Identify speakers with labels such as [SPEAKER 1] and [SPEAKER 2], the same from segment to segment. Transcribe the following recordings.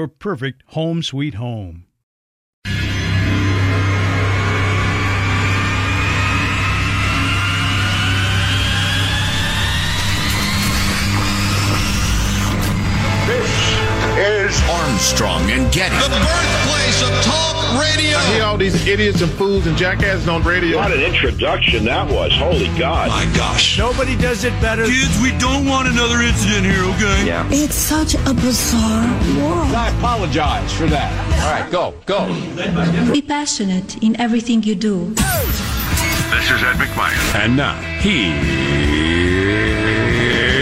[SPEAKER 1] your perfect home sweet home.
[SPEAKER 2] This is
[SPEAKER 3] Armstrong and Getty.
[SPEAKER 4] The birthplace of talk radio.
[SPEAKER 5] I hear all these idiots and fools and jackasses on radio.
[SPEAKER 2] what an introduction that was. Holy God.
[SPEAKER 4] My gosh.
[SPEAKER 6] Nobody does it better.
[SPEAKER 4] Kids, we don't want another incident here, okay? Yeah.
[SPEAKER 7] It's such a bizarre world.
[SPEAKER 3] I apologize for that. All right, go, go.
[SPEAKER 7] Be passionate in everything you do.
[SPEAKER 2] This is Ed McMahon.
[SPEAKER 3] And now, he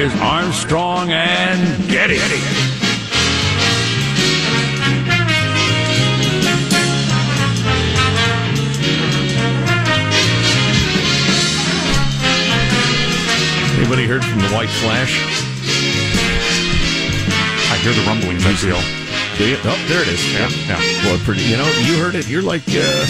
[SPEAKER 3] is Armstrong and Getty.
[SPEAKER 8] Anybody heard from the White Flash? I hear the rumblings. I feel.
[SPEAKER 3] Do you? Oh, there it is.
[SPEAKER 8] Yeah, yeah.
[SPEAKER 3] Well, pretty. You know, you heard it. You're like uh,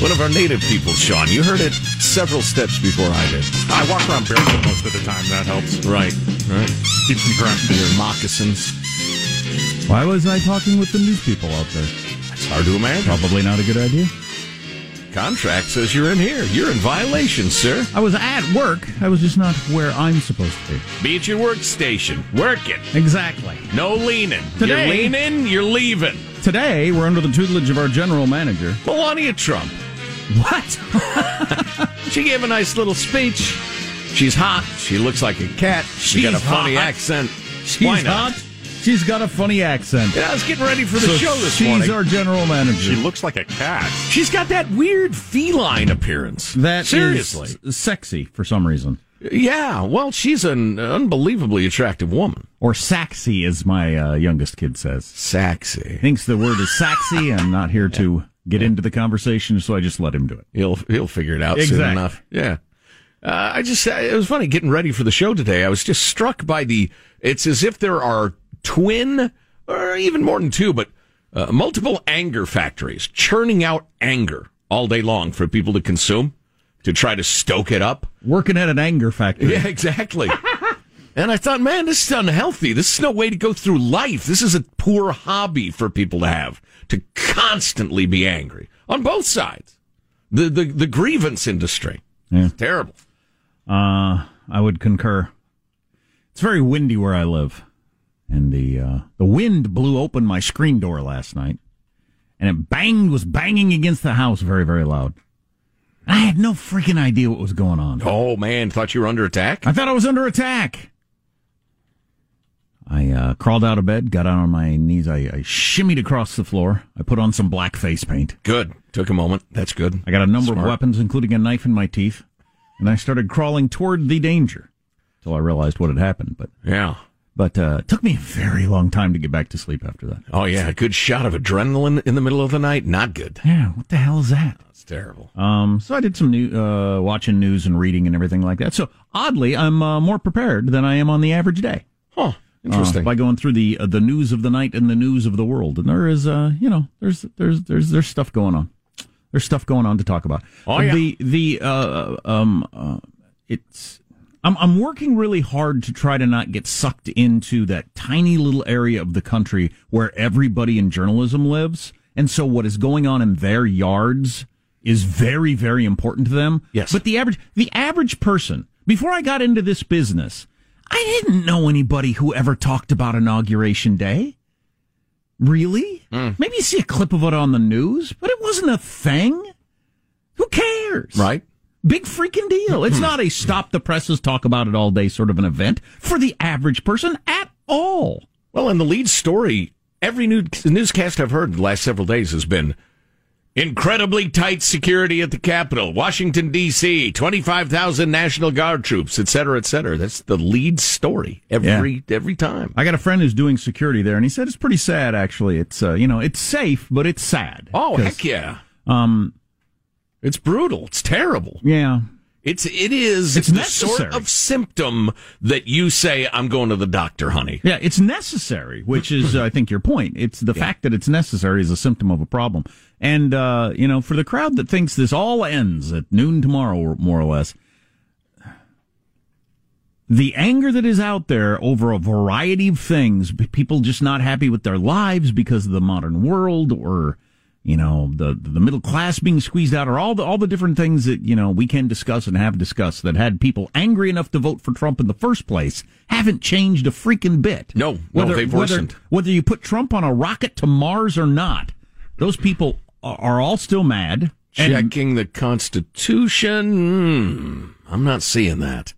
[SPEAKER 3] one of our native people, Sean. You heard it several steps before I did.
[SPEAKER 8] I walk around barefoot most of the time. That helps.
[SPEAKER 3] Right, right.
[SPEAKER 8] Keeps me grounded.
[SPEAKER 3] Your moccasins.
[SPEAKER 9] Why was I talking with the news people out there?
[SPEAKER 3] It's hard to imagine.
[SPEAKER 9] Probably not a good idea.
[SPEAKER 3] Contract says you're in here. You're in violation, sir.
[SPEAKER 9] I was at work. I was just not where I'm supposed to be.
[SPEAKER 3] Be at your workstation. Work it.
[SPEAKER 9] Exactly.
[SPEAKER 3] No leaning.
[SPEAKER 9] Today-
[SPEAKER 3] You're leaning, you're leaving.
[SPEAKER 9] Today, we're under the tutelage of our general manager.
[SPEAKER 3] Melania Trump.
[SPEAKER 9] What?
[SPEAKER 3] She gave a nice little speech. She's hot. She looks like a cat. She got a
[SPEAKER 9] She's
[SPEAKER 3] funny
[SPEAKER 9] hot.
[SPEAKER 3] accent.
[SPEAKER 9] She's
[SPEAKER 3] Why not?
[SPEAKER 9] hot. She's got a funny accent.
[SPEAKER 3] Yeah, I was getting ready for the
[SPEAKER 9] So
[SPEAKER 3] show this
[SPEAKER 9] she's
[SPEAKER 3] morning.
[SPEAKER 9] our general manager.
[SPEAKER 8] She looks like a cat.
[SPEAKER 3] she's got that weird feline appearance.
[SPEAKER 9] That is
[SPEAKER 3] seriously.
[SPEAKER 9] sexy for some reason.
[SPEAKER 3] Yeah. Well, she's an unbelievably attractive woman.
[SPEAKER 9] Or sexy, as my uh, youngest kid says.
[SPEAKER 3] Sexy.
[SPEAKER 9] Thinks the word is sexy. I'm not here to get into the conversation, so I just let him do it.
[SPEAKER 3] He'll he'll figure it out soon
[SPEAKER 9] Exactly.
[SPEAKER 3] enough. Yeah. Uh, I just I, it was funny getting ready for the show today. I was just struck by the. It's as if there are twin, or even more than two, but uh, multiple anger factories churning out anger all day long for people to consume to try to stoke it up.
[SPEAKER 9] Working at an anger factory.
[SPEAKER 3] Yeah, exactly. and I thought, man, this is unhealthy. This is no way to go through life. This is a poor hobby for people to have to constantly be angry on both sides. The the, the grievance industry. It's terrible.
[SPEAKER 9] Uh, I would concur. It's very windy where I live, and the uh, the wind blew open my screen door last night, and it banged was banging against the house very very loud. I had no freaking idea what was going on.
[SPEAKER 3] Oh man, thought you were under attack.
[SPEAKER 9] I thought I was under attack. I uh, crawled out of bed, got out on my knees. I, I shimmied across the floor. I put on some black face paint.
[SPEAKER 3] Good. Took a moment. That's good.
[SPEAKER 9] I got a number
[SPEAKER 3] Smart.
[SPEAKER 9] of weapons, including a knife in my teeth, and I started crawling toward the danger until I realized what had happened. But
[SPEAKER 3] Yeah.
[SPEAKER 9] but uh, it took me a very long time to get back to sleep after that.
[SPEAKER 3] Oh yeah, a good shot of adrenaline in the middle of the night. Not good.
[SPEAKER 9] Yeah, what the hell is that?
[SPEAKER 3] That's terrible.
[SPEAKER 9] Um, so I did some new uh, watching news and reading and everything like that. So oddly, I'm uh, more prepared than I am on the average day.
[SPEAKER 3] Huh. Interesting.
[SPEAKER 9] uh, by going through the uh, the news of the night and the news of the world, and there is uh you know there's there's there's there's stuff going on. There's stuff going on to talk about.
[SPEAKER 3] Oh, yeah.
[SPEAKER 9] The the uh um uh, it's I'm I'm working really hard to try to not get sucked into that tiny little area of the country where everybody in journalism lives, and so what is going on in their yards is very very important to them. Yes. But the average the average person before I got into this business, I didn't know anybody who ever talked about inauguration day. Really?
[SPEAKER 3] Hmm.
[SPEAKER 9] Maybe you see a clip of it on the news, but it wasn't a thing. Who cares?
[SPEAKER 3] Right. Hmm.
[SPEAKER 9] Big freaking deal. It's not a stop the presses, talk about it all day sort of an event for the average person at all.
[SPEAKER 3] Well, and the lead story every new, newscast I've heard the last several days has been incredibly tight security at the Capitol, Washington D.C., twenty five thousand National Guard troops, et cetera, et cetera. That's the lead story every every time.
[SPEAKER 9] I got a friend who's doing security there, and he said it's pretty sad, actually. It's, uh, you know, it's safe, but it's sad.
[SPEAKER 3] Oh
[SPEAKER 9] 'Cause,
[SPEAKER 3] heck yeah!
[SPEAKER 9] Um,
[SPEAKER 3] It's brutal. It's terrible.
[SPEAKER 9] yeah.
[SPEAKER 3] It's it is
[SPEAKER 9] It's
[SPEAKER 3] the
[SPEAKER 9] necessary.
[SPEAKER 3] sort of symptom that you say I'm going to the doctor, honey.
[SPEAKER 9] Yeah, it's necessary, which is, uh, I think, your point. It's the fact that it's necessary is a symptom of a problem. And, uh, you know, for the crowd that thinks this all ends at noon tomorrow, or- more or less, the anger that is out there over a variety of things, p- people just not happy with their lives because of the modern world or, you know, the, the middle class being squeezed out or all the, all the different things that, you know, we can discuss and have discussed that had people angry enough to vote for Trump in the first place haven't changed a freaking bit.
[SPEAKER 3] No, no, they've
[SPEAKER 9] whether,
[SPEAKER 3] worsened.
[SPEAKER 9] whether you put Trump on a rocket to Mars or not, those people are, are all still mad. And-
[SPEAKER 3] Checking the Constitution. Mm, I'm not seeing that.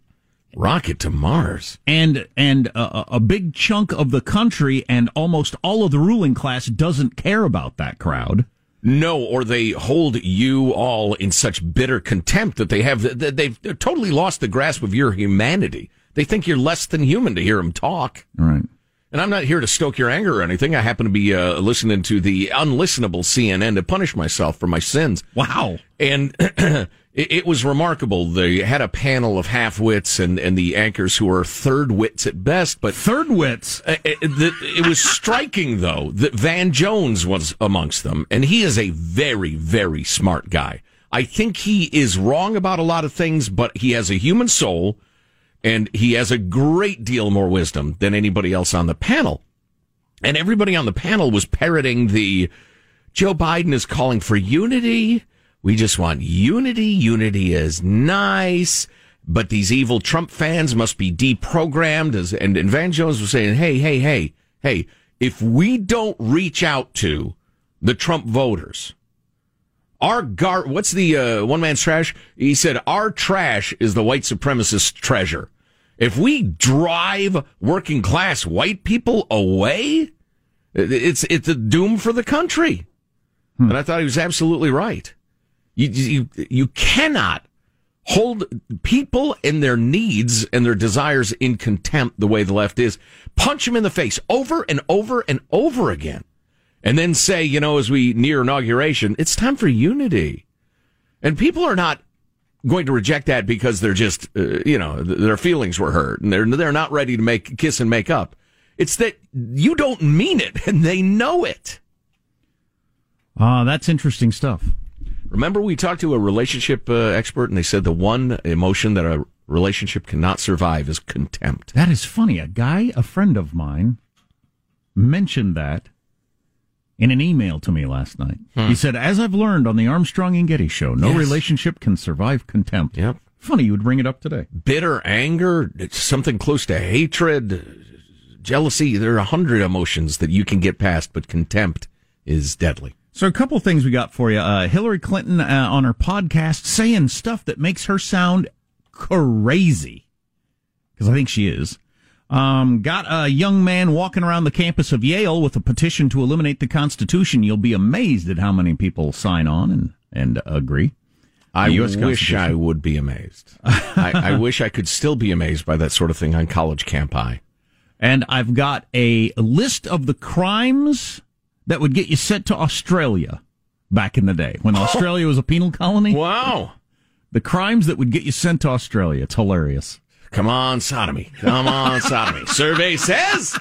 [SPEAKER 3] Rocket to Mars.
[SPEAKER 9] and and a, a big chunk of the country and almost all of the ruling class doesn't care about that crowd.
[SPEAKER 3] No, or they hold you all in such bitter contempt that they have that they've totally lost the grasp of your humanity. They think you're less than human to hear them talk.
[SPEAKER 9] Right.
[SPEAKER 3] And I'm not here to stoke your anger or anything. I happen to be uh, listening to the unlistenable CNN to punish myself for my sins.
[SPEAKER 9] Wow.
[SPEAKER 3] and it, it was remarkable. They had a panel of half wits and, and the anchors who are third wits at best, but
[SPEAKER 9] Third wits.
[SPEAKER 3] uh, it, the, it was striking though that Van Jones was amongst them, and he is a very very smart guy. I think he is wrong about a lot of things, but he has a human soul, and he has a great deal more wisdom than anybody else on the panel. And everybody on the panel was parroting the Joe Biden is calling for unity. We just want unity. Unity is nice. But these evil Trump fans must be deprogrammed. As- And, and Van Jones was saying, hey, hey, hey, hey, if we don't reach out to the Trump voters, our gar, what's the uh, one man's trash? He said, our trash is the white supremacist treasure. If we drive working class white people away, it's it's a doom for the country. And I thought he was absolutely right. You you you cannot hold people and their needs and their desires in contempt the way the left is. Punch them in the face over and over and over again. And then say, you know, as we near inauguration, it's time for unity. And people are not going to reject that because they're just, uh, you know, th- their feelings were hurt and they're, they're not ready to make kiss and make up. It's that you don't mean it and they know it.
[SPEAKER 9] Ah, that's interesting stuff.
[SPEAKER 3] Remember, we talked to a relationship uh, expert and they said the one emotion that a relationship cannot survive is contempt.
[SPEAKER 9] That is funny. A guy, a friend of mine, mentioned that in an email to me last night. He said, "As I've learned on the Armstrong and Getty show, no
[SPEAKER 3] Hmm. Yes.
[SPEAKER 9] relationship can survive contempt."
[SPEAKER 3] Yep.
[SPEAKER 9] Funny you would bring it up today.
[SPEAKER 3] Bitter anger, it's something close to hatred, jealousy. There are a hundred emotions that you can get past, but contempt is deadly.
[SPEAKER 9] So, a couple things we got for you. Uh, Hillary Clinton uh, on her podcast saying stuff that makes her sound crazy, because I think she is. Um, got a young man walking around the campus of Yale with a petition to eliminate the Constitution. You'll be amazed at how many people sign on and, and agree.
[SPEAKER 3] I
[SPEAKER 9] The US
[SPEAKER 3] wish
[SPEAKER 9] Constitution.
[SPEAKER 3] I would be amazed. I, I wish I could still be amazed by that sort of thing on college camp. I
[SPEAKER 9] And I've got a list of the crimes that would get you sent to Australia back in the day when Australia was a penal colony.
[SPEAKER 3] wow,
[SPEAKER 9] The crimes that would get you sent to Australia. It's hilarious.
[SPEAKER 3] Come on, sodomy. Come on, sodomy. Survey says.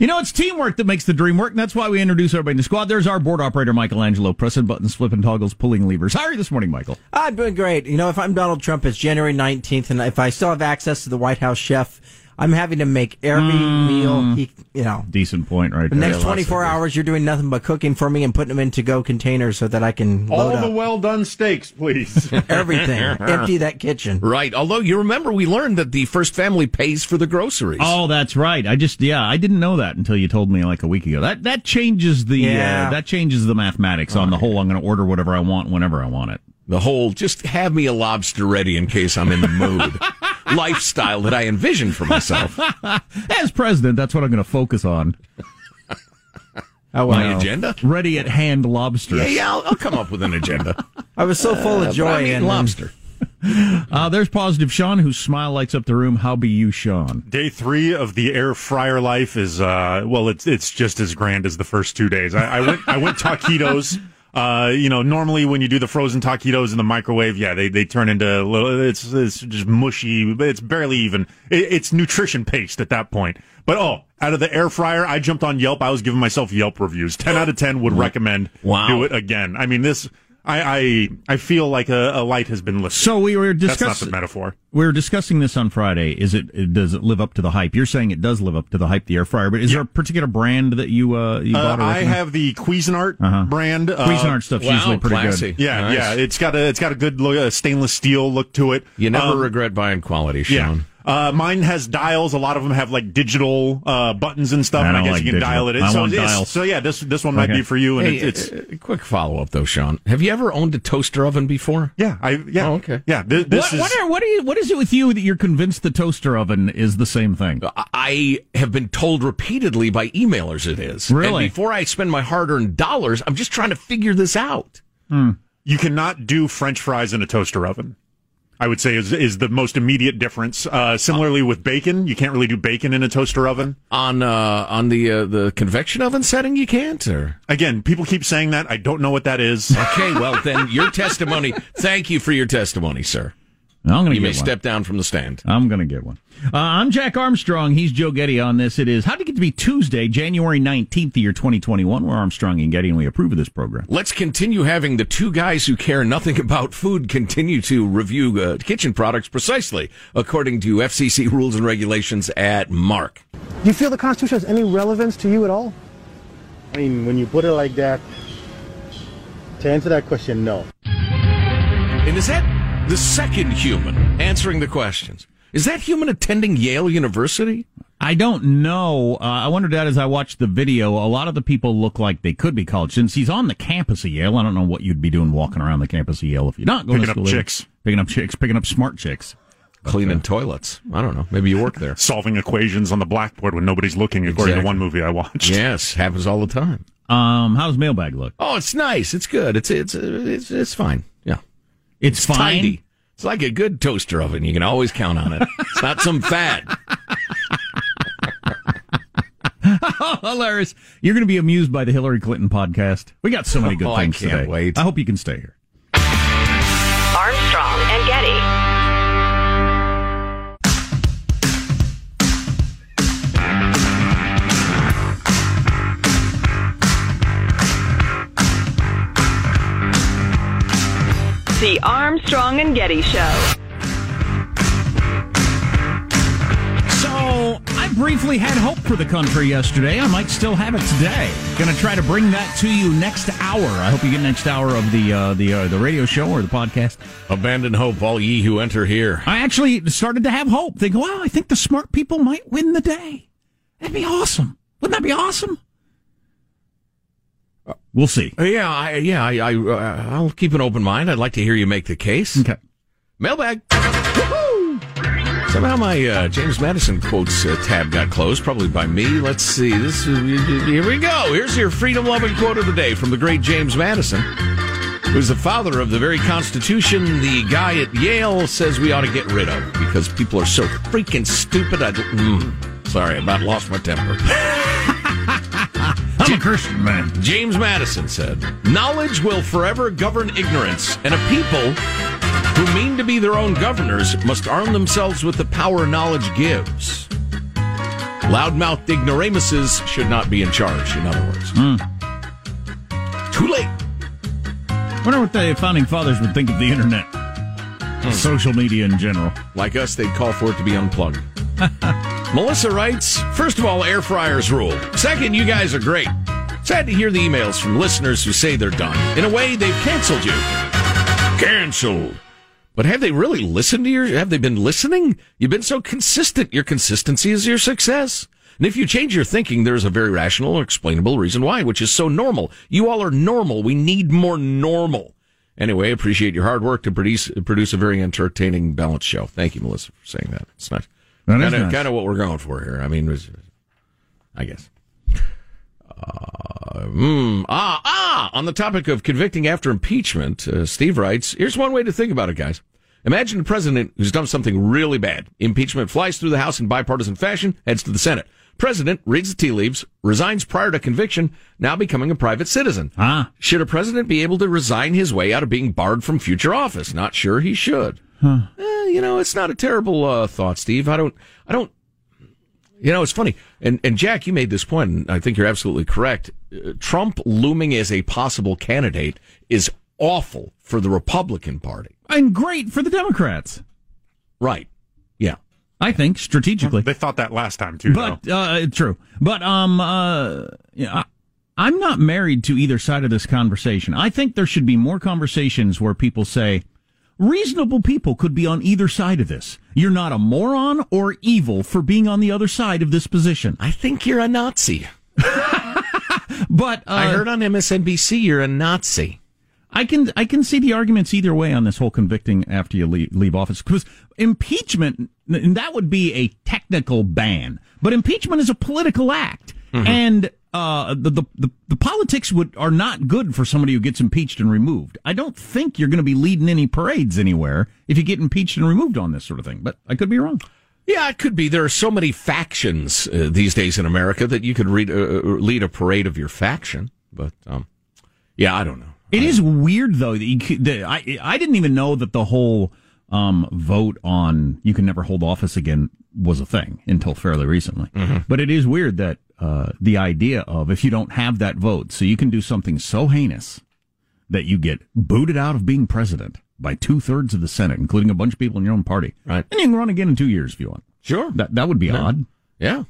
[SPEAKER 9] You know, it's teamwork that makes the dream work, and that's why we introduce everybody in the squad. There's our board operator, Michelangelo, pressing buttons, flipping toggles, pulling levers. How are you this morning, Michael?
[SPEAKER 6] I've been great. You know, if I'm Donald Trump, it's January 19th, and if I still have access to the White House chef, I'm having to make every
[SPEAKER 5] Hmm.
[SPEAKER 6] meal. He, you know,
[SPEAKER 9] Decent point, right?
[SPEAKER 6] the
[SPEAKER 9] there.
[SPEAKER 6] next 24 hours, you're doing nothing but cooking for me and putting them in to-go containers so that I can
[SPEAKER 5] All
[SPEAKER 6] load
[SPEAKER 5] the
[SPEAKER 6] up
[SPEAKER 5] well done steaks, please.
[SPEAKER 6] everything. Empty that kitchen.
[SPEAKER 3] Right. Although you remember, we learned that the first family pays for the groceries.
[SPEAKER 9] Oh, that's right. I just yeah, I didn't know that until you told me like a week ago. That that changes the
[SPEAKER 3] Yeah.
[SPEAKER 9] uh, that changes the mathematics on the whole. I'm going to order whatever I want whenever I want it.
[SPEAKER 3] The whole just have me a lobster ready in case I'm in the mood lifestyle that I envisioned for myself.
[SPEAKER 9] As president, that's what I'm going to focus on.
[SPEAKER 6] Oh,
[SPEAKER 3] My agenda?
[SPEAKER 9] Ready at hand lobsters.
[SPEAKER 3] Yeah, yeah, I'll, I'll come up with an agenda.
[SPEAKER 6] I was so full
[SPEAKER 3] Uh,
[SPEAKER 6] of
[SPEAKER 3] but
[SPEAKER 6] joy.
[SPEAKER 3] I'm eating
[SPEAKER 6] and then-
[SPEAKER 3] lobster.
[SPEAKER 9] Uh, there's positive Sean, whose smile lights up the room. How be you, Sean?
[SPEAKER 10] Day three of the air fryer life is uh well it's it's just as grand as the first two days. I, I went I went taquitos. Uh, you know, normally when you do the frozen taquitos in the microwave, yeah, they, they turn into little, it's, it's just mushy, but it's barely even, it, it's nutrition paste at that point. But oh, out of the air fryer, I jumped on Yelp. I was giving myself Yelp reviews. 10 out of 10 would recommend
[SPEAKER 3] Wow.
[SPEAKER 10] do it again. I mean, this, I, I, I feel like a, a light has been lifted.
[SPEAKER 9] So we were
[SPEAKER 10] That's not
[SPEAKER 9] discussing
[SPEAKER 10] the metaphor.
[SPEAKER 9] we were discussing this on Friday. Is it it- does it live up to the hype? You're saying it does live up to the hype. The air fryer, but is there a particular brand that you uh, you
[SPEAKER 10] Uh,
[SPEAKER 9] bought? or
[SPEAKER 10] I
[SPEAKER 9] recommend?
[SPEAKER 10] have the Cuisinart brand. Uh,
[SPEAKER 9] Uh-huh. Cuisinart stuff's
[SPEAKER 3] wow,
[SPEAKER 9] usually pretty
[SPEAKER 3] classy.
[SPEAKER 9] good.
[SPEAKER 10] Yeah,
[SPEAKER 3] Nice.
[SPEAKER 10] yeah. It's got a it's got a good look, uh, stainless steel look to it.
[SPEAKER 3] You never
[SPEAKER 10] Um,
[SPEAKER 3] regret buying quality,
[SPEAKER 10] yeah.
[SPEAKER 3] Sean.
[SPEAKER 10] Uh, mine has dials. A lot of them have like digital uh, buttons and stuff,
[SPEAKER 9] I
[SPEAKER 10] and I
[SPEAKER 9] don't
[SPEAKER 10] guess
[SPEAKER 9] like
[SPEAKER 10] you can
[SPEAKER 9] digital.
[SPEAKER 10] dial it in.
[SPEAKER 9] I
[SPEAKER 10] so,
[SPEAKER 9] want
[SPEAKER 10] it's-
[SPEAKER 9] dials.
[SPEAKER 10] so yeah, this this one might
[SPEAKER 9] Okay.
[SPEAKER 10] be for you. And
[SPEAKER 3] Hey,
[SPEAKER 10] it's, it's
[SPEAKER 3] uh, quick follow up though, Sean. Have you ever owned a toaster oven before?
[SPEAKER 10] yeah, I yeah
[SPEAKER 3] Oh, okay.
[SPEAKER 10] yeah. This, this
[SPEAKER 9] What,
[SPEAKER 10] is
[SPEAKER 9] what, are, what, are you, what is it with you that you're convinced the toaster oven is the same thing?
[SPEAKER 3] Uh, I have been told repeatedly by emailers it is.
[SPEAKER 9] Really?
[SPEAKER 3] And before I spend my hard earned dollars, I'm just trying to figure this out.
[SPEAKER 9] Hmm.
[SPEAKER 10] you cannot do French fries in a toaster oven. I would say is is the most immediate difference. Uh, similarly with bacon, you can't really do bacon in a toaster oven.
[SPEAKER 3] On uh, on the uh, the convection oven setting, you can't. Or
[SPEAKER 10] Again, people keep saying that. I don't know what that is.
[SPEAKER 3] okay, well then your testimony. Thank you for your testimony, sir.
[SPEAKER 9] I'm going to
[SPEAKER 3] You
[SPEAKER 9] get
[SPEAKER 3] may
[SPEAKER 9] one.
[SPEAKER 3] step down from the stand.
[SPEAKER 9] I'm going to get one. Uh, I'm Jack Armstrong. He's Joe Getty on this. It is How to Get to Be Tuesday, January 19th, the year 2021. We're Armstrong and Getty, and we approve of this program.
[SPEAKER 3] Let's continue having the two guys who care nothing about food continue to review uh, kitchen products precisely according to FCC rules and regulations at Mark.
[SPEAKER 11] Do you feel the Constitution has any relevance to you at all? I mean, when you put it like that, to answer that question, no.
[SPEAKER 3] And is that the second human answering the questions? Is that human attending Yale University?
[SPEAKER 9] I don't know. Uh, I wondered that as I watched the video. A lot of the people look like they could be college students. He's on the campus of Yale. I don't know what you'd be doing walking around the campus of Yale if you're not going to
[SPEAKER 10] Picking up
[SPEAKER 9] school there.
[SPEAKER 10] chicks.
[SPEAKER 9] Picking up chicks, picking up smart chicks.
[SPEAKER 3] Cleaning toilets. I don't know. Maybe you work there.
[SPEAKER 10] solving equations on the blackboard when nobody's looking, according
[SPEAKER 3] Exactly.
[SPEAKER 10] to one movie I watched.
[SPEAKER 3] yes, happens all the time.
[SPEAKER 9] Um, how does mailbag look?
[SPEAKER 3] Oh, it's nice. It's good. It's it's it's it's fine. Yeah,
[SPEAKER 9] It's, fine.
[SPEAKER 3] tidy. It's like a good toaster oven. You can always count on it. It's not some fad.
[SPEAKER 9] Hilarious. You're going to be amused by the Hillary Clinton podcast. We got so many good
[SPEAKER 3] Oh, I
[SPEAKER 9] things
[SPEAKER 3] can't
[SPEAKER 9] today.
[SPEAKER 3] wait.
[SPEAKER 9] I hope you can stay here.
[SPEAKER 12] Armstrong and Getty. The Armstrong and Getty Show.
[SPEAKER 9] So, I briefly had hope for the country yesterday. I might still have it today. Going to try to bring that to you next hour. I hope you get next hour of the uh, the uh, the radio show or the podcast.
[SPEAKER 3] Abandon hope, all ye who enter here.
[SPEAKER 9] I actually started to have hope. Think, wow, I think the smart people might win the day. That'd be awesome. Wouldn't that be awesome? We'll see.
[SPEAKER 3] Uh, Yeah, I, yeah. I, I uh, I'll keep an open mind. I'd like to hear you make the case.
[SPEAKER 9] Okay.
[SPEAKER 3] Mailbag. Woohoo! Somehow my uh, James Madison quotes uh, tab got closed, probably by me. Let's see. This is, here we go. Here's your freedom loving quote of the day from the great James Madison, who's the father of the very Constitution. The guy at Yale says we ought to get rid of because people are so freaking stupid. I mm, sorry, about lost my temper.
[SPEAKER 9] I'm a Christian man.
[SPEAKER 3] James Madison said, Knowledge will forever govern ignorance, and a people who mean to be their own governors must arm themselves with the power knowledge gives. Loudmouthed ignoramuses should not be in charge, in other words.
[SPEAKER 9] Hmm.
[SPEAKER 3] Too late.
[SPEAKER 9] Wonder what the founding fathers would think of the internet, Hmm. social media in general.
[SPEAKER 3] Like us, they'd call for it to be unplugged. Melissa writes First of all, air fryers rule. Second, you guys are great. Sad to hear the emails from listeners who say they're done. In a way, they've canceled you. Canceled. But have they really listened to your? Have they been listening? You've been so consistent. Your consistency is your success. And if you change your thinking, there's a very rational, and explainable reason why, which is so normal. You all are normal. We need more normal. Anyway, appreciate your hard work to produce produce a very entertaining, balanced show. Thank you, Melissa, for saying that. It's nice.
[SPEAKER 9] That is
[SPEAKER 3] kind, of,
[SPEAKER 9] nice.
[SPEAKER 3] kind of what we're going for here. I mean, it was- I guess. Uh, mm, ah, ah! On the topic of convicting after impeachment, uh, Steve writes Here's one way to think about it, guys. Imagine a president who's done something really bad. Impeachment flies through the House in bipartisan fashion, heads to the Senate. President reads the tea leaves, resigns prior to conviction, now becoming a private citizen. Ah. Should a president be able to resign his way out of being barred from future office? Not sure he should. Eh, you know, it's not a terrible uh, thought, Steve. I don't, I don't you know, it's funny. And, and Jack, you made this point, and I think you're absolutely correct. Uh, Trump looming as a possible candidate is awful for the Republican Party.
[SPEAKER 9] And great for the Democrats.
[SPEAKER 3] Right. Yeah.
[SPEAKER 9] I think strategically.
[SPEAKER 10] They thought that last time too.
[SPEAKER 9] But uh, true. But um, uh, yeah, I, I'm not married to either side of this conversation. I think there should be more conversations where people say reasonable people could be on either side of this. You're not a moron or evil for being on the other side of this position.
[SPEAKER 3] I think you're a Nazi.
[SPEAKER 9] but uh,
[SPEAKER 3] I heard on MSNBC you're a Nazi.
[SPEAKER 9] I can I can see the arguments either way on this whole convicting after you leave, leave office because impeachment and that would be a technical ban, but impeachment is a political act,
[SPEAKER 3] Mm-hmm.
[SPEAKER 9] and uh, the, the the the politics would are not good for somebody who gets impeached and removed. I don't think you're going to be leading any parades anywhere if you get impeached and removed on this sort of thing, but I could be wrong.
[SPEAKER 3] Yeah, it could be. There are so many factions uh, these days in America that you could read, uh, lead a parade of your faction. But um, yeah, I don't know.
[SPEAKER 9] It is weird though that, you, could- that I I didn't even know that the whole um, vote on you can never hold office again was a thing until fairly recently.
[SPEAKER 3] Mm-hmm.
[SPEAKER 9] But it is weird that uh, the idea of if you don't have that vote, so you can do something so heinous that you get booted out of being president by two thirds of the Senate, including a bunch of people in your own party, right? And you can run again in two years if you want.
[SPEAKER 3] Sure,
[SPEAKER 9] that that would be odd.
[SPEAKER 3] Yeah.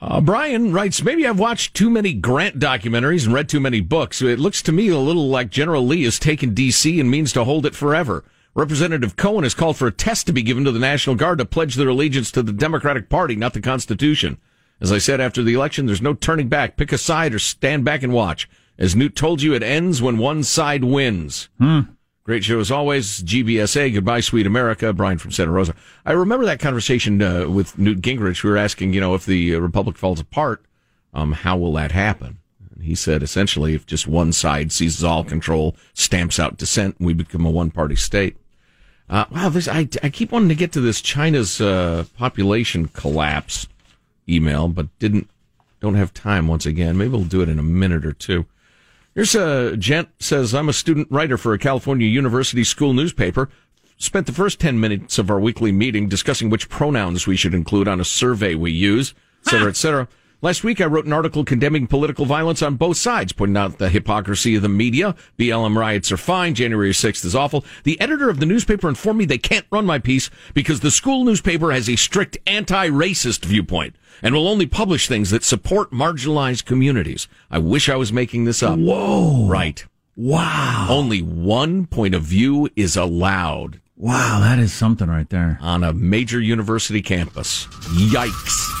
[SPEAKER 3] Uh, Brian writes, maybe I've watched too many Grant documentaries and read too many books. It looks to me a little like General Lee has taken D.C. and means to hold it forever. Representative Cohen has called for a test to be given to the National Guard to pledge their allegiance to the Democratic Party, not the Constitution. As I said after the election, there's no turning back. Pick a side or stand back and watch. As Newt told you, it ends when one side wins.
[SPEAKER 9] Hmm.
[SPEAKER 3] Great show as always. GBSA. Goodbye, sweet America. Brian from Santa Rosa. I remember that conversation uh, with Newt Gingrich. We were asking, you know, if the uh, republic falls apart, um, how will that happen? And he said, essentially, if just one side seizes all control, stamps out dissent, we become a one-party state. Uh, wow, this I, I keep wanting to get to this China's uh, population collapse email, but didn't don't have time once again. Maybe we'll do it in a minute or two. Here's a gent says I'm a student writer for a California university school newspaper. Spent the first ten minutes of our weekly meeting discussing which pronouns we should include on a survey we use, et cetera, et cetera. Last week, I wrote an article condemning political violence on both sides, pointing out the hypocrisy of the media. BLM riots are fine. January 6th is awful. The editor of the newspaper informed me they can't run my piece because the school newspaper has a strict anti-racist viewpoint and will only publish things that support marginalized communities. I wish I was making this up. Whoa. Right.
[SPEAKER 9] Wow.
[SPEAKER 3] Only one point of view is allowed
[SPEAKER 9] Wow, that is something right there.
[SPEAKER 3] on a major university campus. Yikes.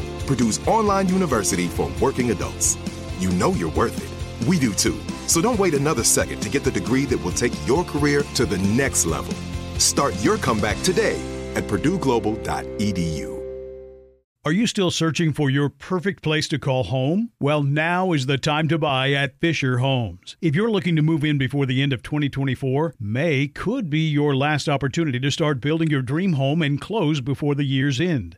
[SPEAKER 13] Purdue's online university for working adults. You know you're worth it. We do too. So don't wait another second to get the degree that will take your career to the next level. Start your comeback today at purdueglobal.edu.
[SPEAKER 1] Are you still searching for your perfect place to call home? Well, now is the time to buy at Fisher Homes. If you're looking to move in before the end of 2024, May could be your last opportunity to start building your dream home and close before the year's end.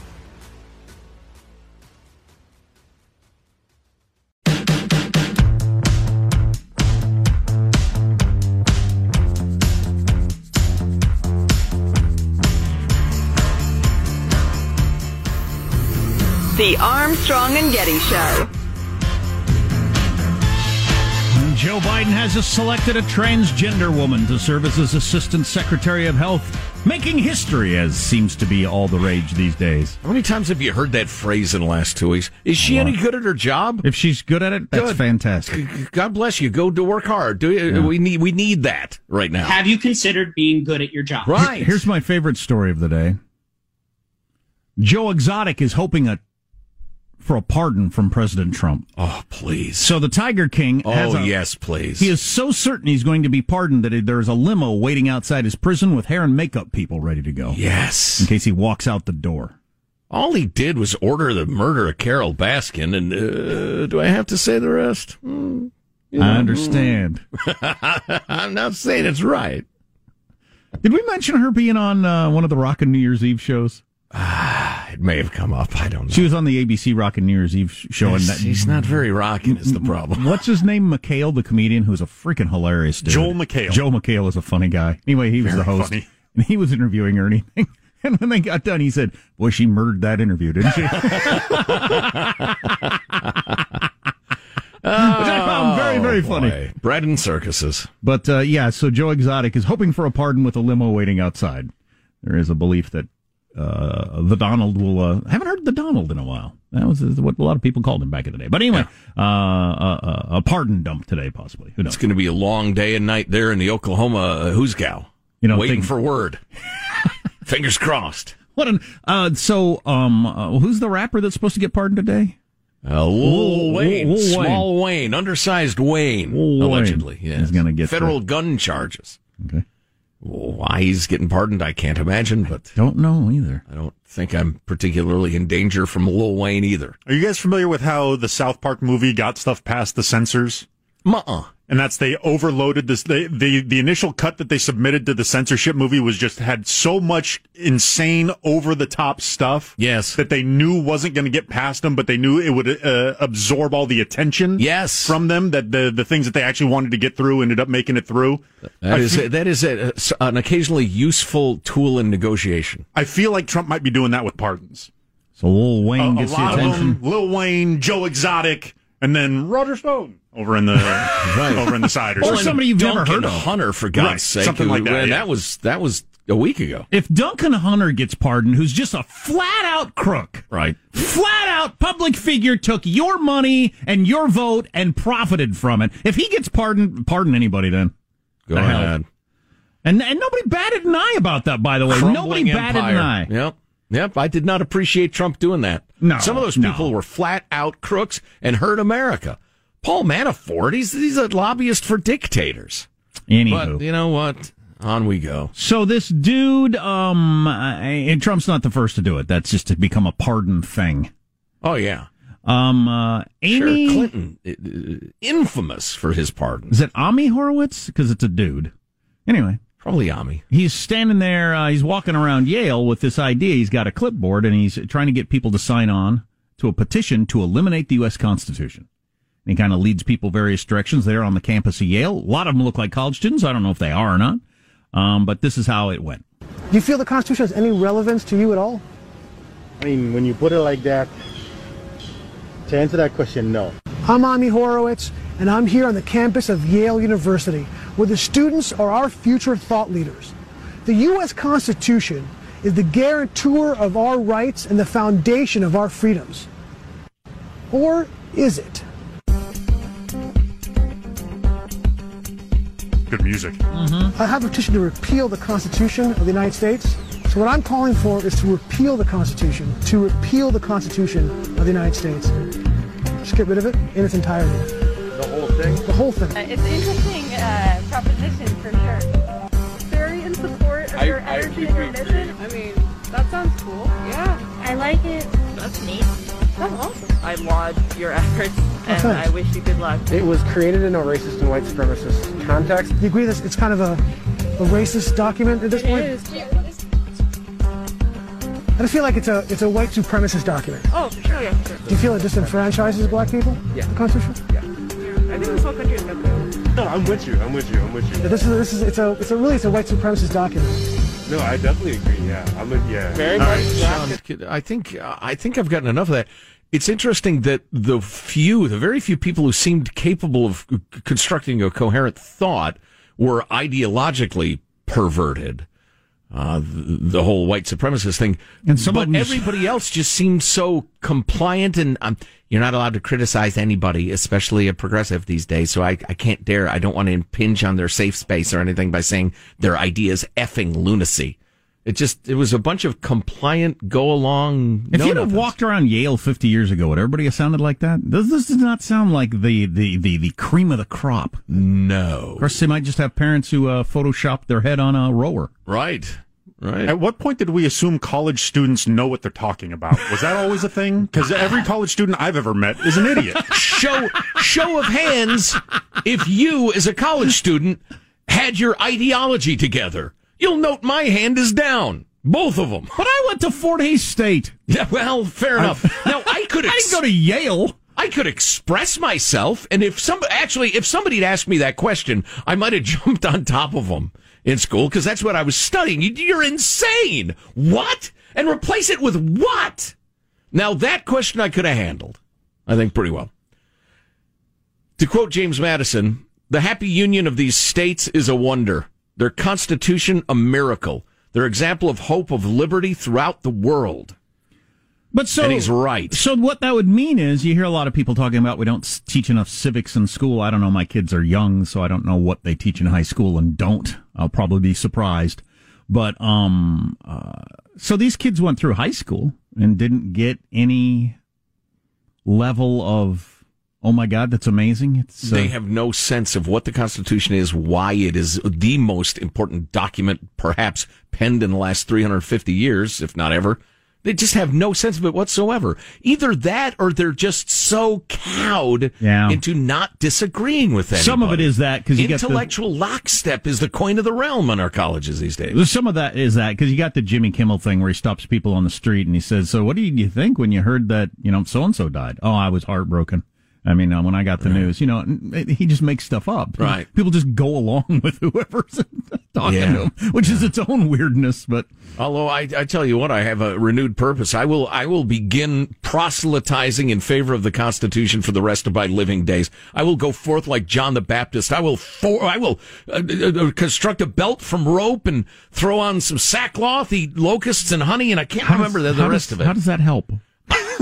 [SPEAKER 12] The Armstrong and Getty Show.
[SPEAKER 9] Joe Biden has just selected a transgender woman to serve as his assistant secretary of health, making history as seems to be all the rage these days.
[SPEAKER 3] How many times have you heard that phrase in the last two weeks? Is she any good at her job?
[SPEAKER 9] If she's good at it, that's fantastic.
[SPEAKER 3] God bless you. Go to work hard. Do you, we need we need that right now.
[SPEAKER 14] Have you considered being good at your job?
[SPEAKER 9] Here- Here's my favorite story of the day. Joe Exotic is hoping a for a pardon from President Trump.
[SPEAKER 3] Oh, please.
[SPEAKER 9] So the Tiger King has
[SPEAKER 3] Oh,
[SPEAKER 9] a-
[SPEAKER 3] yes, please.
[SPEAKER 9] He is so certain he's going to be pardoned that there is a limo waiting outside his prison with hair and makeup people ready to go.
[SPEAKER 3] Yes.
[SPEAKER 9] In case he walks out the door.
[SPEAKER 3] All he did was order the murder of Carol Baskin, and uh, do I have to say the rest? Hmm. You
[SPEAKER 9] I
[SPEAKER 3] know,
[SPEAKER 9] understand.
[SPEAKER 3] I'm not saying it's right.
[SPEAKER 9] Did we mention her being on uh, one of the Rock and New Year's Eve shows?
[SPEAKER 3] It may have come up. I don't know.
[SPEAKER 9] She was on the ABC Rock and New Year's Eve sh- show.
[SPEAKER 3] Yes,
[SPEAKER 9] and that,
[SPEAKER 3] he's not very rocking is the problem.
[SPEAKER 9] What's his name? McHale, the comedian, who's a freaking hilarious dude.
[SPEAKER 10] Joel McHale.
[SPEAKER 9] Joel McHale is a funny guy. Anyway, he was
[SPEAKER 10] Very
[SPEAKER 9] the host.
[SPEAKER 10] funny.
[SPEAKER 9] And he was interviewing her and anything. And when they got done, he said, Boy, she murdered that interview, didn't she? Which I found very, very funny.
[SPEAKER 3] Oh, boy. Bread and circuses.
[SPEAKER 9] But uh, yeah, so Joe Exotic is hoping for a pardon with a limo waiting outside. There is a belief that uh, the Donald will. Uh, haven't heard the Donald in a while. That was what a lot of people called him back in the day. But anyway, uh, a, a pardon dump today, possibly. Who knows?
[SPEAKER 3] It's going to be a long day and night there in the Oklahoma Hoosgow.
[SPEAKER 9] You know,
[SPEAKER 3] waiting
[SPEAKER 9] think-
[SPEAKER 3] for word. Fingers crossed.
[SPEAKER 9] What an uh, so um uh, who's the rapper that's supposed to get pardoned today?
[SPEAKER 3] Uh, Lil
[SPEAKER 9] Lil-
[SPEAKER 3] Wayne,
[SPEAKER 9] Lil Wayne.
[SPEAKER 3] small Wayne. undersized Wayne,
[SPEAKER 9] Lil Wayne
[SPEAKER 3] allegedly. Yes.
[SPEAKER 9] is gonna get
[SPEAKER 3] federal gun charges. Oh,
[SPEAKER 9] Okay.
[SPEAKER 3] Why he's getting pardoned, I can't imagine, but
[SPEAKER 9] Don't know either.
[SPEAKER 3] I don't think I'm particularly in danger from Lil Wayne either.
[SPEAKER 10] Are you guys familiar with how the South Park movie got stuff past the censors?
[SPEAKER 3] Muh-uh.
[SPEAKER 10] And that's they overloaded this. They, the the initial cut that they submitted to the censorship movie was just had so much insane over the top stuff.
[SPEAKER 3] Yes,
[SPEAKER 10] that they knew wasn't going to get past them, but they knew it would uh, absorb all the attention.
[SPEAKER 3] Yes,
[SPEAKER 10] from them that the the things that they actually wanted to get through ended up making it through.
[SPEAKER 3] That
[SPEAKER 10] I
[SPEAKER 3] is
[SPEAKER 10] fe-
[SPEAKER 3] that is a, an occasionally useful tool in negotiation.
[SPEAKER 10] I feel like Trump might be doing that with pardons.
[SPEAKER 9] So Lil Wayne
[SPEAKER 10] a
[SPEAKER 9] gets the
[SPEAKER 10] lot of
[SPEAKER 9] attention.
[SPEAKER 10] them, Lil Wayne, Joe Exotic, and then Roger Stone over in the over in the side or,
[SPEAKER 9] Or somebody you've never
[SPEAKER 3] Duncan
[SPEAKER 9] heard of.
[SPEAKER 3] Hunter, for God's
[SPEAKER 10] Right,
[SPEAKER 3] sake,
[SPEAKER 10] something
[SPEAKER 3] who-
[SPEAKER 10] like that,
[SPEAKER 3] and
[SPEAKER 10] yeah.
[SPEAKER 3] that was that was a week ago.
[SPEAKER 9] If Duncan Hunter gets pardoned, who's just a flat out crook,
[SPEAKER 3] right?
[SPEAKER 9] Flat out public figure took your money and your vote and profited from it. If he gets pardoned, pardon anybody then.
[SPEAKER 3] Go
[SPEAKER 9] The hell.
[SPEAKER 3] ahead.
[SPEAKER 9] And and nobody batted an eye about that, by the way.
[SPEAKER 3] Crumbling
[SPEAKER 9] nobody batted
[SPEAKER 3] empire.
[SPEAKER 9] an eye.
[SPEAKER 3] Yep. Yep. I did not appreciate Trump doing that.
[SPEAKER 9] No,
[SPEAKER 3] Some of those
[SPEAKER 9] no.
[SPEAKER 3] people were flat out crooks and hurt America. Paul Manafort, he's, he's a lobbyist for dictators.
[SPEAKER 9] Anywho.
[SPEAKER 3] But you know what? On we go.
[SPEAKER 9] So this dude, um, and Trump's not the first to do it. That's just to become a pardon thing.
[SPEAKER 3] Oh, yeah.
[SPEAKER 9] Um, uh, Amy
[SPEAKER 3] Sure, Clinton, uh, infamous for his pardon.
[SPEAKER 9] Is it Ami Horowitz? Because it's a dude. Anyway.
[SPEAKER 3] Probably Ami.
[SPEAKER 9] He's standing there, uh, he's walking around Yale with this idea. He's got a clipboard and he's trying to get people to sign on to a petition to eliminate the U.S. Constitution. And he kind of leads people various directions there on the campus of Yale. A lot of them look like college students. I don't know if they are or not. Um, but this is how it went.
[SPEAKER 11] Do you feel the Constitution has any relevance to you at all? I mean, when you put it like that, to answer that question, no.
[SPEAKER 15] I'm Ami Horowitz, and I'm here on the campus of Yale University, where the students are our future thought leaders. The U.S. Constitution is the guarantor of our rights and the foundation of our freedoms. Or is it?
[SPEAKER 10] Good music.
[SPEAKER 15] Mm-hmm. I have a petition to repeal the Constitution of the United States. So what I'm calling for is to repeal the Constitution, to repeal the Constitution of the United States. Just get rid of it in its entirety. The whole thing? The whole thing.
[SPEAKER 16] Uh, it's an interesting uh, proposition for sure. Very in support of
[SPEAKER 15] I-
[SPEAKER 16] your
[SPEAKER 15] I
[SPEAKER 16] energy
[SPEAKER 15] think
[SPEAKER 16] and
[SPEAKER 15] we
[SPEAKER 16] your mission. I mean, that sounds cool. Yeah. I like it. That's neat. That's awesome.
[SPEAKER 17] I laud your efforts and I wish you good luck.
[SPEAKER 11] It was created in a racist and white supremacist context.
[SPEAKER 15] Do you agree that it's kind of a, a racist document at this point? I just feel like it's a it's a white supremacist document.
[SPEAKER 17] Oh, for sure. Yeah, for sure.
[SPEAKER 15] Do you feel it disenfranchises black people? Yeah. The Constitution?
[SPEAKER 17] I think this whole country is good.
[SPEAKER 5] No, I'm with you. I'm with you. I'm with you.
[SPEAKER 15] That This is this is it's a it's a really it's a white supremacist document.
[SPEAKER 5] No, I definitely agree. Yeah, I'm with yeah. All right, Sean.
[SPEAKER 3] Sean, I think uh, I think I've gotten enough of that. It's interesting that the few, the very few people who seemed capable of constructing a coherent thought were ideologically perverted. Uh, the, the whole white supremacist thing,
[SPEAKER 9] and some
[SPEAKER 3] but
[SPEAKER 9] of them just-
[SPEAKER 3] everybody else just seemed so compliant. And um, you're not allowed to criticize anybody, especially a progressive these days. So I, I can't dare. I don't want to impinge on their safe space or anything by saying their ideas effing lunacy. It just it was a bunch of compliant go along.
[SPEAKER 9] If you'd have walked around Yale 50 years ago, would everybody have sounded like that? This, this does not sound like the, the, the, the cream of the crop.
[SPEAKER 3] No.
[SPEAKER 9] Of course, they might just have parents who uh, photoshopped their head on a rower.
[SPEAKER 3] Right. Right.
[SPEAKER 10] At what point did we assume college students know what they're talking about? Was that always a thing? Because every college student I've ever met is an idiot.
[SPEAKER 3] show show of hands if you as a college student had your ideology together. You'll note my hand is down. Both of them.
[SPEAKER 9] But I went to Fort Hays State.
[SPEAKER 3] Yeah, well, fair enough. now I could. Ex- I didn't go
[SPEAKER 9] to Yale.
[SPEAKER 3] I could express myself, and if some actually, if somebody had asked me that question, I might have jumped on top of them in school because that's what I was studying. You- You're insane. What? And replace it with what? Now that question I could have handled, I think pretty well. To quote James Madison, the happy union of these states is a wonder, their constitution a miracle, their example of hope of liberty throughout the world.
[SPEAKER 9] But so
[SPEAKER 3] And he's right.
[SPEAKER 9] So what that would mean is you hear a lot of people talking about we don't s- teach enough civics in school. I don't know. My kids are young, so I don't know what they teach in high school and don't. I'll probably be surprised. But um, uh, so these kids went through high school and didn't get any level of oh my god, that's amazing. It's uh,
[SPEAKER 3] they have no sense of what the Constitution is, why it is the most important document perhaps penned in the last 350 years, if not ever. They just have no sense of it whatsoever. Either that or they're just so cowed
[SPEAKER 9] Yeah.
[SPEAKER 3] into not disagreeing with anybody.
[SPEAKER 9] Some of it is that 'cause you get the-
[SPEAKER 3] intellectual lockstep is the coin of the realm in our colleges these days.
[SPEAKER 9] Some of that is that because you got the Jimmy Kimmel thing where he stops people on the street and he says, "So what did you think when you heard that you know so and so died?" Oh, I was heartbroken. I mean, uh, when I got the news, you know, n- he just makes stuff up.
[SPEAKER 3] Right.
[SPEAKER 9] People just go along with whoever's talking
[SPEAKER 3] Yeah.
[SPEAKER 9] to him, which is its own weirdness. But
[SPEAKER 3] Although I, I tell you what, I have a renewed purpose. I will I will begin proselytizing in favor of the Constitution for the rest of my living days. I will go forth like John the Baptist. I will for, I will uh, uh, uh, construct a belt from rope and throw on some sackcloth, eat locusts and honey, and I can't remember the, the
[SPEAKER 9] How
[SPEAKER 3] rest
[SPEAKER 9] does-
[SPEAKER 3] of it.
[SPEAKER 9] How does that help?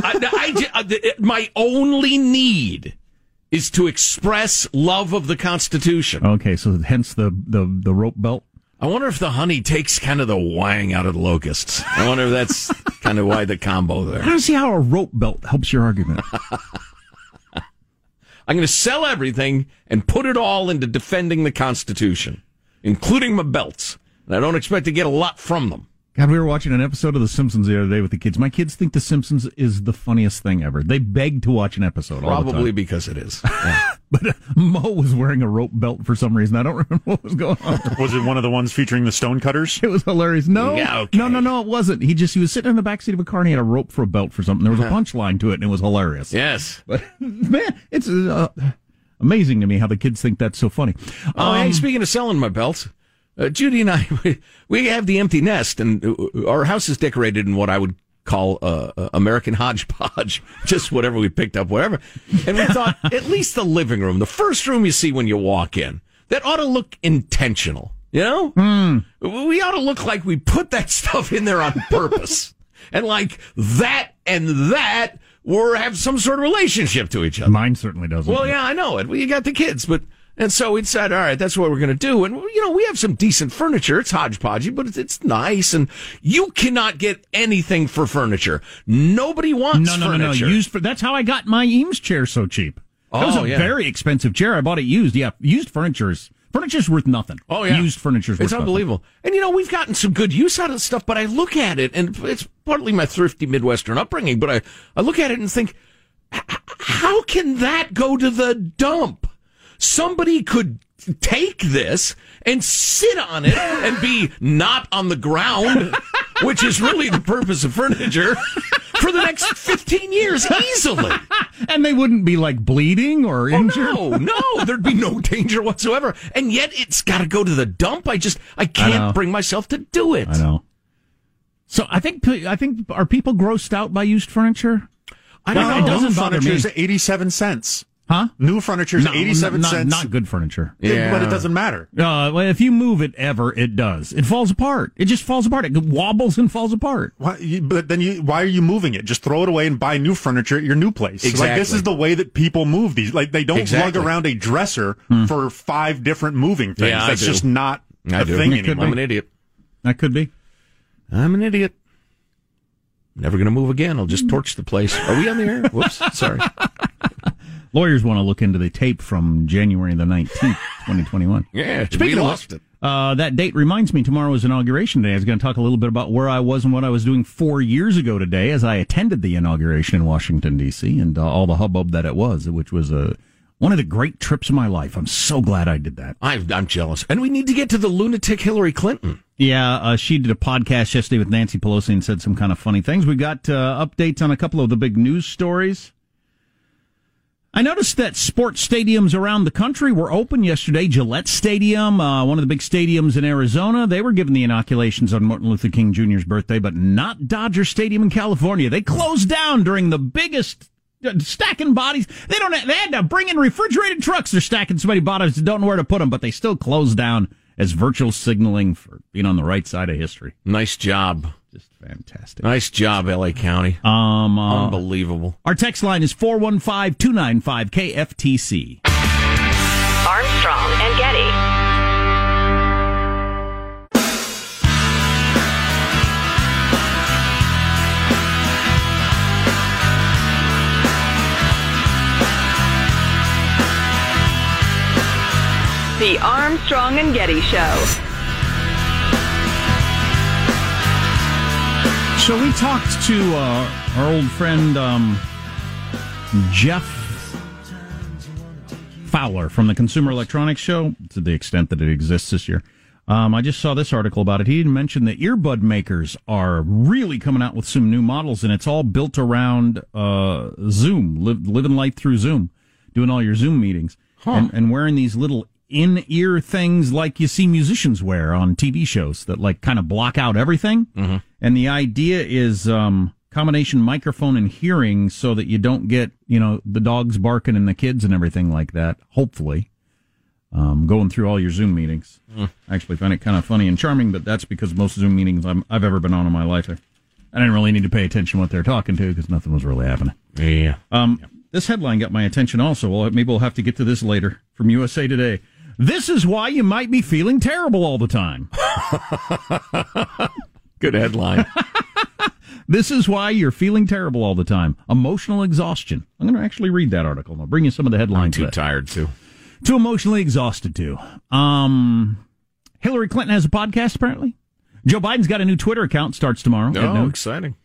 [SPEAKER 3] I, I ju- uh, th- it- my only need is to express love of the Constitution.
[SPEAKER 9] Okay, so hence the the, the rope belt.
[SPEAKER 3] I wonder if the honey takes kind of the wang out of the locusts. I wonder if that's kind of why the combo
[SPEAKER 9] I
[SPEAKER 3] there.
[SPEAKER 9] don't see how a rope belt helps your argument.
[SPEAKER 3] I'm going to sell everything and put it all into defending the Constitution, including my belts. And I don't expect to get a lot from them.
[SPEAKER 9] God, we were watching an episode of The Simpsons the other day with the kids. My kids think The Simpsons is the funniest thing ever. They beg to watch an episode. all
[SPEAKER 3] Probably
[SPEAKER 9] the time.
[SPEAKER 3] because it is.
[SPEAKER 9] Mo was wearing a rope belt for some reason. I don't remember what was going on.
[SPEAKER 10] was it one of the ones featuring the stonecutters?
[SPEAKER 9] It was hilarious. No, no, no, no, it wasn't. He just he was sitting in the back seat of a car and he had a rope for a belt for something. There was a punchline to it, and it was hilarious.
[SPEAKER 3] Yes,
[SPEAKER 9] but man, it's uh, amazing to me how the kids think that's so funny.
[SPEAKER 3] Oh, hey, speaking of selling my belts, uh, Judy and I, we, we have the empty nest, and uh, our house is decorated in what I would call uh, uh, American hodgepodge, just whatever we picked up, whatever. And we thought, at least the living room, the first room you see when you walk in, that ought to look intentional, you know? We ought to look like we put that stuff in there on purpose. and like that and that were have some sort of relationship to each other.
[SPEAKER 9] Mine certainly doesn't.
[SPEAKER 3] Well, yeah, I know it. Well, you got the kids, but and so we decided, all right, that's what we're going to do. And you know, we have some decent furniture. It's hodgepodge, but it's, it's nice. And you cannot get anything for furniture. Nobody wants
[SPEAKER 9] no, no, no, no.
[SPEAKER 3] furniture.
[SPEAKER 9] Used for that's how I got my Eames chair so cheap. That was
[SPEAKER 3] Oh,
[SPEAKER 9] a
[SPEAKER 3] yeah.
[SPEAKER 9] very expensive chair. I bought it used. Yeah, used furniture's furniture's worth nothing.
[SPEAKER 3] Oh yeah,
[SPEAKER 9] used furniture's worth
[SPEAKER 3] It's unbelievable. And you know, we've gotten some good use out of the stuff, but I look at it, and it's partly my thrifty Midwestern upbringing. But I, I look at it and think, "H- how can that go to the dump? Somebody could take this and sit on it and be not on the ground, which is really the purpose of furniture. For the next 15 years, easily. Oh,
[SPEAKER 9] nothing. And they wouldn't be like bleeding or injured.
[SPEAKER 3] No, no, there'd be no danger whatsoever. And yet it's got to go to the dump. I just, I
[SPEAKER 9] know.
[SPEAKER 3] can't bring myself to do it.
[SPEAKER 9] I know. So I think I think are people grossed out by used furniture?
[SPEAKER 10] I don't
[SPEAKER 9] Like,
[SPEAKER 10] know.
[SPEAKER 9] It doesn't
[SPEAKER 10] New
[SPEAKER 9] bother
[SPEAKER 10] furniture's
[SPEAKER 9] me.
[SPEAKER 10] at 87 cents.
[SPEAKER 9] Huh?
[SPEAKER 10] New furniture's
[SPEAKER 9] No,
[SPEAKER 10] at 87
[SPEAKER 9] not,
[SPEAKER 10] cents.
[SPEAKER 9] Not good furniture.
[SPEAKER 10] Yeah. But it doesn't matter.
[SPEAKER 9] Uh, well, if you move it ever, it does. It falls apart. It just falls apart. It wobbles and falls apart.
[SPEAKER 10] Why, you, but then you, why are you moving it? Just throw it away and buy new furniture at your new place. Like this
[SPEAKER 3] Exactly.
[SPEAKER 10] is the way that people move these. Like they don't
[SPEAKER 3] Exactly.
[SPEAKER 10] lug around a dresser for five different moving things.
[SPEAKER 3] Yeah, I
[SPEAKER 10] That's
[SPEAKER 3] do.
[SPEAKER 10] just not
[SPEAKER 3] I
[SPEAKER 10] a
[SPEAKER 3] do.
[SPEAKER 10] thing
[SPEAKER 9] It could
[SPEAKER 10] anymore.
[SPEAKER 9] be.
[SPEAKER 3] I'm an idiot.
[SPEAKER 9] That could be.
[SPEAKER 3] I'm an idiot. Never going to move again. I'll just torch the place. Are we on the air? Whoops. Sorry.
[SPEAKER 9] Lawyers want to look into the tape from January the 19th, 2021.
[SPEAKER 3] Yeah,
[SPEAKER 9] Speaking
[SPEAKER 3] we
[SPEAKER 9] of
[SPEAKER 3] lost
[SPEAKER 9] which, Uh, that date reminds me tomorrow is inauguration day. I was going to talk a little bit about where I was and what I was doing four years ago today as I attended the inauguration in Washington, D.C., and uh, all the hubbub that it was, which was uh, one of the great trips of my life. I'm so glad I did that.
[SPEAKER 3] I, I'm jealous. And we need to get to the lunatic Hillary Clinton.
[SPEAKER 9] Yeah, uh, she did a podcast yesterday with Nancy Pelosi and said some kind of funny things. We got uh, updates on a couple of the big news stories. I noticed that sports stadiums around the country were open yesterday. Gillette Stadium, uh, one of the big stadiums in Arizona, they were given the inoculations on Martin Luther King Jr.'s birthday, but not Dodger Stadium in California. They closed down during the biggest uh, stacking bodies. They don't. They had to bring in refrigerated trucks. They're stacking so many bodies. They don't know where to put them, but they still closed down as virtual signaling for being on the right side of history.
[SPEAKER 3] Nice job.
[SPEAKER 9] Just fantastic.
[SPEAKER 3] Nice job, LA County.
[SPEAKER 9] Um, uh,
[SPEAKER 3] Unbelievable.
[SPEAKER 9] Our text line is 415 295 KFTC.
[SPEAKER 12] Armstrong and Getty. The Armstrong and Getty Show.
[SPEAKER 9] So we talked to uh, our old friend um, Jeff Fowler from the Consumer Electronics Show to the extent that it exists this year. Um, I just saw this article about it. He didn't mention that earbud makers are really coming out with some new models, and it's all built around uh, Zoom, live, living life through Zoom, doing all your Zoom meetings, and, and wearing these little in ear things like you see musicians wear on TV shows that like kind of block out everything. And the idea is um, combination microphone and hearing so that you don't get, you know, the dogs barking and the kids and everything like that, hopefully. Um, going through all your Zoom meetings.
[SPEAKER 3] Hmm.
[SPEAKER 9] I actually find it kind of funny and charming, but that's because most Zoom meetings I'm, I've ever been on in my life, I, I didn't really need to pay attention what they're talking to because nothing was really happening.
[SPEAKER 3] Yeah.
[SPEAKER 9] Um, This headline got my attention also. Well, maybe we'll have to get to this later from USA Today. This is why you might be feeling terrible all the time.
[SPEAKER 3] Good headline.
[SPEAKER 9] this is why you're feeling terrible all the time. Emotional exhaustion. I'm going to actually read that article. and I'll bring you some of the headlines.
[SPEAKER 3] too
[SPEAKER 9] that-
[SPEAKER 3] tired too.
[SPEAKER 9] Too emotionally exhausted too. Um, Hillary Clinton has a podcast apparently. Joe Biden's got a new Twitter account. Starts tomorrow.
[SPEAKER 3] Oh,
[SPEAKER 9] Ed Noakes.
[SPEAKER 3] exciting.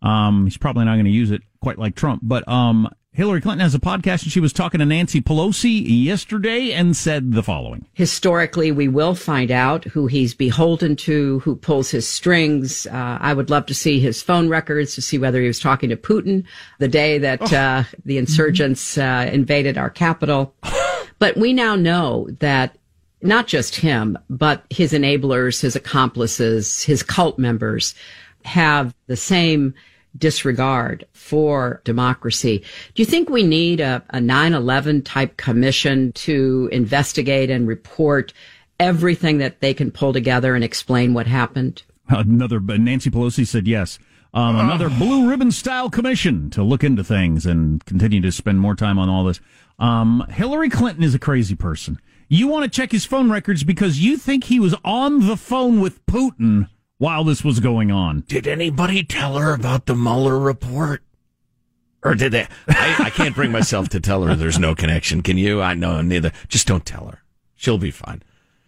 [SPEAKER 9] Um, he's probably not going to use it quite like Trump, but um, Hillary Clinton has a podcast, and she was talking to Nancy Pelosi yesterday and said the following.
[SPEAKER 18] Historically, we will find out who he's beholden to, who pulls his strings. Uh, I would love to see his phone records to see whether he was talking to Putin the day that uh, the insurgents uh, invaded our capital. but we now know that not just him, but his enablers, his accomplices, his cult members have the same disregard for democracy. Do you think we need a, a 9-11 type commission to investigate and report everything that they can pull together and explain what happened?
[SPEAKER 9] Another Nancy Pelosi said yes. Um, another blue ribbon style commission to look into things and continue to spend more time on all this. Um, Hillary Clinton is a crazy person. You want to check his phone records because you think he was on the phone with Putin while this was going on.
[SPEAKER 3] Did anybody tell her about the Mueller report? Or did they? I, I can't bring myself to tell her there's no connection. Can you? I know neither. Just don't tell her. She'll be fine.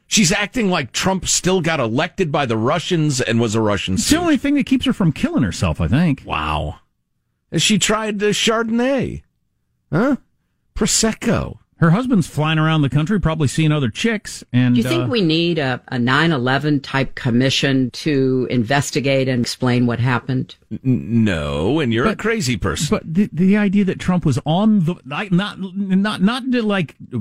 [SPEAKER 3] She's acting like Trump still got elected by the Russians and was a Russian.
[SPEAKER 9] It's the only thing that keeps her from killing herself, I think.
[SPEAKER 3] Wow. She tried the Chardonnay. Huh? Prosecco.
[SPEAKER 9] Her husband's flying around the country, probably seeing other chicks. And
[SPEAKER 18] Do you think
[SPEAKER 9] uh,
[SPEAKER 18] we need a, a 9-11 type commission to investigate and explain what happened?
[SPEAKER 3] No, Oh, and you're a
[SPEAKER 9] But-
[SPEAKER 3] crazy person.
[SPEAKER 9] But the, the idea that Trump was on the like, not not not that, like uh,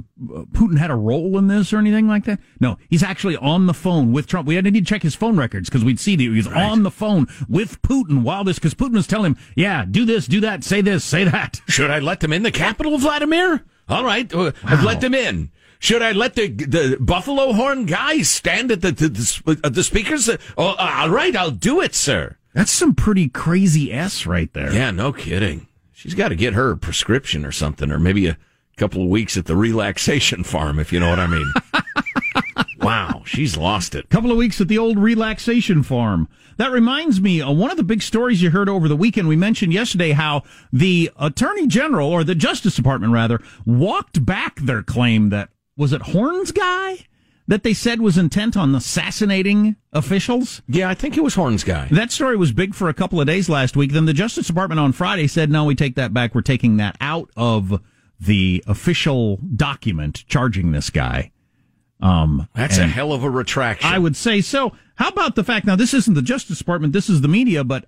[SPEAKER 9] Putin had a role in this or anything like that. No, he's actually on the phone with Trump. We had to need to check his phone records because we'd see that he was on the phone with Putin while this because Putin was telling him, "Yeah, do this, do that, say this, say that."
[SPEAKER 3] Should I let them in the capital, Vladimir? All right, uh, I've let them in. Should I let the the buffalo horn guys stand at the the, the, uh, the speakers? Uh, oh, all right, I'll do it, sir.
[SPEAKER 9] That's some pretty crazy s right there.
[SPEAKER 3] Yeah, no kidding. She's got to get her a prescription or something, or maybe a couple of weeks at the relaxation farm, if you know what I mean. wow, she's lost it.
[SPEAKER 9] couple of weeks at the old relaxation farm. That reminds me, uh, one of the big stories you heard over the weekend, we mentioned yesterday how the attorney general or the justice department rather walked back their claim that was it Horns guy that they said was intent on assassinating officials.
[SPEAKER 3] Yeah, I think it was Horns guy.
[SPEAKER 9] That story was big for a couple of days last week. Then the Justice Department on Friday said, no, we take that back. We're taking that out of the official document charging this guy. Um,
[SPEAKER 3] That's a
[SPEAKER 9] and-
[SPEAKER 3] hell of a retraction.
[SPEAKER 9] I would say so. How about the fact now this isn't the Justice Department, this is the media, but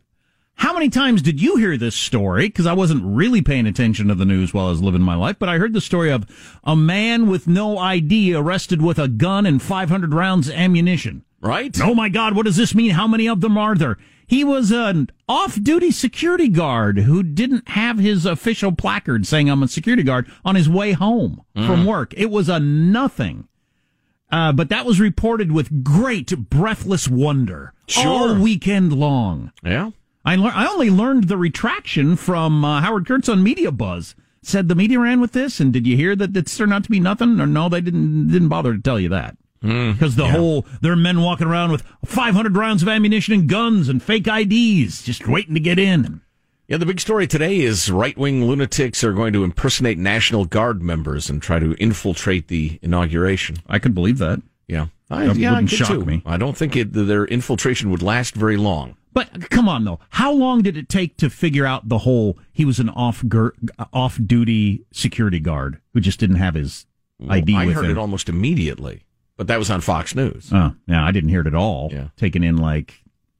[SPEAKER 9] how many times did you hear this story? Because I wasn't really paying attention to the news while I was living my life, but I heard the story of a man with no ID arrested with a gun and 500 rounds of ammunition.
[SPEAKER 3] Right?
[SPEAKER 9] Oh my God, what does this mean? How many of them are there? He was an off duty security guard who didn't have his official placard saying I'm a security guard on his way home
[SPEAKER 3] Mm.
[SPEAKER 9] from work. It was a nothing. Uh, but that was reported with great breathless wonder all weekend long.
[SPEAKER 3] Yeah.
[SPEAKER 9] I lear- I only learned the retraction from uh, Howard Kurtz on Media Buzz. Said the media ran with this, and did you hear that it's turned out to be nothing? Or no, they didn't didn't bother to tell you that because the whole there are men walking around with 500 rounds of ammunition and guns and fake IDs, just waiting to get in.
[SPEAKER 3] Yeah, the big story today is right wing lunatics are going to impersonate National Guard members and try to infiltrate the inauguration.
[SPEAKER 9] I could believe that.
[SPEAKER 3] Yeah. I,
[SPEAKER 9] That
[SPEAKER 3] yeah,
[SPEAKER 9] wouldn't
[SPEAKER 3] I could
[SPEAKER 9] shock
[SPEAKER 3] too.
[SPEAKER 9] me.
[SPEAKER 3] I don't think it, their infiltration would last very long.
[SPEAKER 9] But come on, though. How long did it take to figure out the whole he was an off off duty security guard who just didn't have his ID
[SPEAKER 3] I
[SPEAKER 9] with
[SPEAKER 3] heard
[SPEAKER 9] him?
[SPEAKER 3] it almost immediately, but that was on Fox News.
[SPEAKER 9] Oh, yeah, I didn't hear it at all.
[SPEAKER 3] Yeah. Mm-hmm.
[SPEAKER 9] Taken in like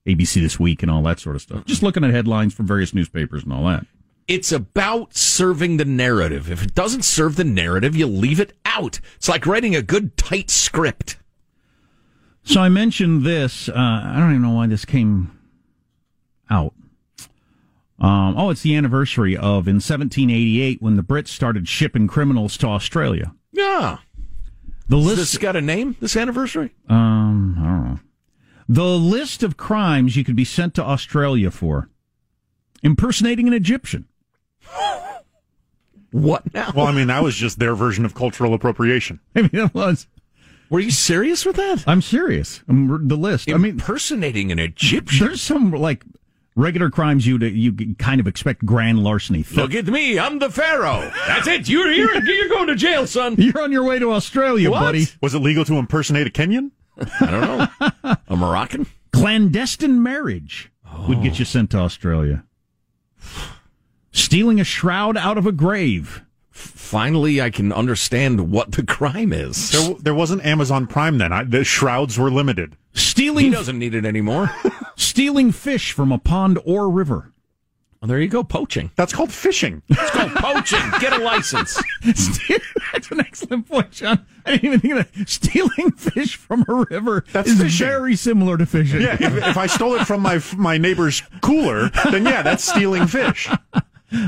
[SPEAKER 9] ABC This Week and all that sort of stuff. Just looking at headlines from various newspapers and all that.
[SPEAKER 3] It's about serving the narrative. If it doesn't serve the narrative, you leave it out. It's like writing a good, tight script.
[SPEAKER 9] So I mentioned this. Uh, I don't even know why this came out. Uh, Um, oh, it's the anniversary of in 1788 when the Brits started shipping criminals to Australia.
[SPEAKER 3] Yeah.
[SPEAKER 9] The
[SPEAKER 3] Has
[SPEAKER 9] list
[SPEAKER 3] This got a name. This anniversary.
[SPEAKER 9] Um, I don't know. The list of crimes you could be sent to Australia for impersonating an Egyptian.
[SPEAKER 3] what now?
[SPEAKER 10] Well, I mean, that was just their version of cultural appropriation.
[SPEAKER 9] I mean, it was.
[SPEAKER 3] Were you serious with that?
[SPEAKER 9] I'm serious. I'm, the list. I mean,
[SPEAKER 3] impersonating an Egyptian.
[SPEAKER 9] There's some like regular crimes you you kind of expect grand larceny.
[SPEAKER 3] Look at me. I'm the pharaoh. That's it. You're you're, you're going to jail, son.
[SPEAKER 9] You're on your way to Australia,
[SPEAKER 3] What?
[SPEAKER 9] buddy.
[SPEAKER 10] Was it legal to impersonate a Kenyan?
[SPEAKER 3] I don't know. A Moroccan? Oh.
[SPEAKER 9] Clandestine marriage would get you sent to Australia. Stealing a shroud out of a grave.
[SPEAKER 3] Finally, I can understand what the crime is.
[SPEAKER 10] There, there wasn't Amazon Prime then. I, the shrouds were limited.
[SPEAKER 9] Stealing
[SPEAKER 3] He doesn't need it anymore.
[SPEAKER 9] stealing fish from a pond or river.
[SPEAKER 3] Well, there you go, poaching.
[SPEAKER 10] That's called fishing.
[SPEAKER 3] It's called poaching. Get a license.
[SPEAKER 9] That's an excellent point, John. I didn't even think of that. Stealing fish from a river
[SPEAKER 10] That's
[SPEAKER 9] is
[SPEAKER 10] fishing.
[SPEAKER 9] very similar to fishing.
[SPEAKER 10] Yeah, if, if I stole it from my my neighbor's cooler, then yeah, that's stealing fish.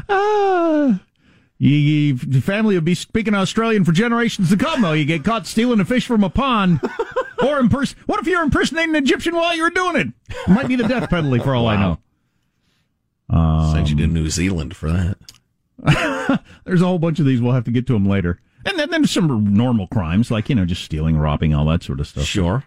[SPEAKER 9] Ah. You, you- your family will be speaking Australian for generations to come, though. You get caught stealing a fish from a pond. or imperson- What if you're impersonating an Egyptian while you're doing it? Might be the death penalty for all I know.
[SPEAKER 3] Sent you to New Zealand for that.
[SPEAKER 9] Um, There's a whole bunch of these. We'll have to get to them later. And then, then some normal crimes, like, you know, just stealing, robbing, all that sort of stuff.
[SPEAKER 3] Sure.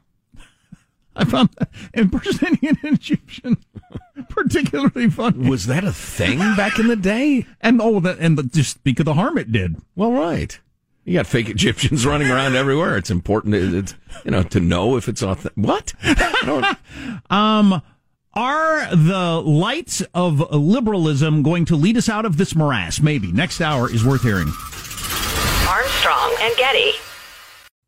[SPEAKER 9] I found impersonating an Egyptian particularly funny.
[SPEAKER 3] Was that a thing back in the day?
[SPEAKER 9] And oh, that, and the, just because of the harm it did.
[SPEAKER 3] Well, right. You got fake Egyptians running around everywhere. It's important, to, it's, you know, to know if it's authentic. What? I don't-
[SPEAKER 9] Um, are the lights of liberalism going to lead us out of this morass? Maybe next hour is worth hearing.
[SPEAKER 12] Armstrong and Getty.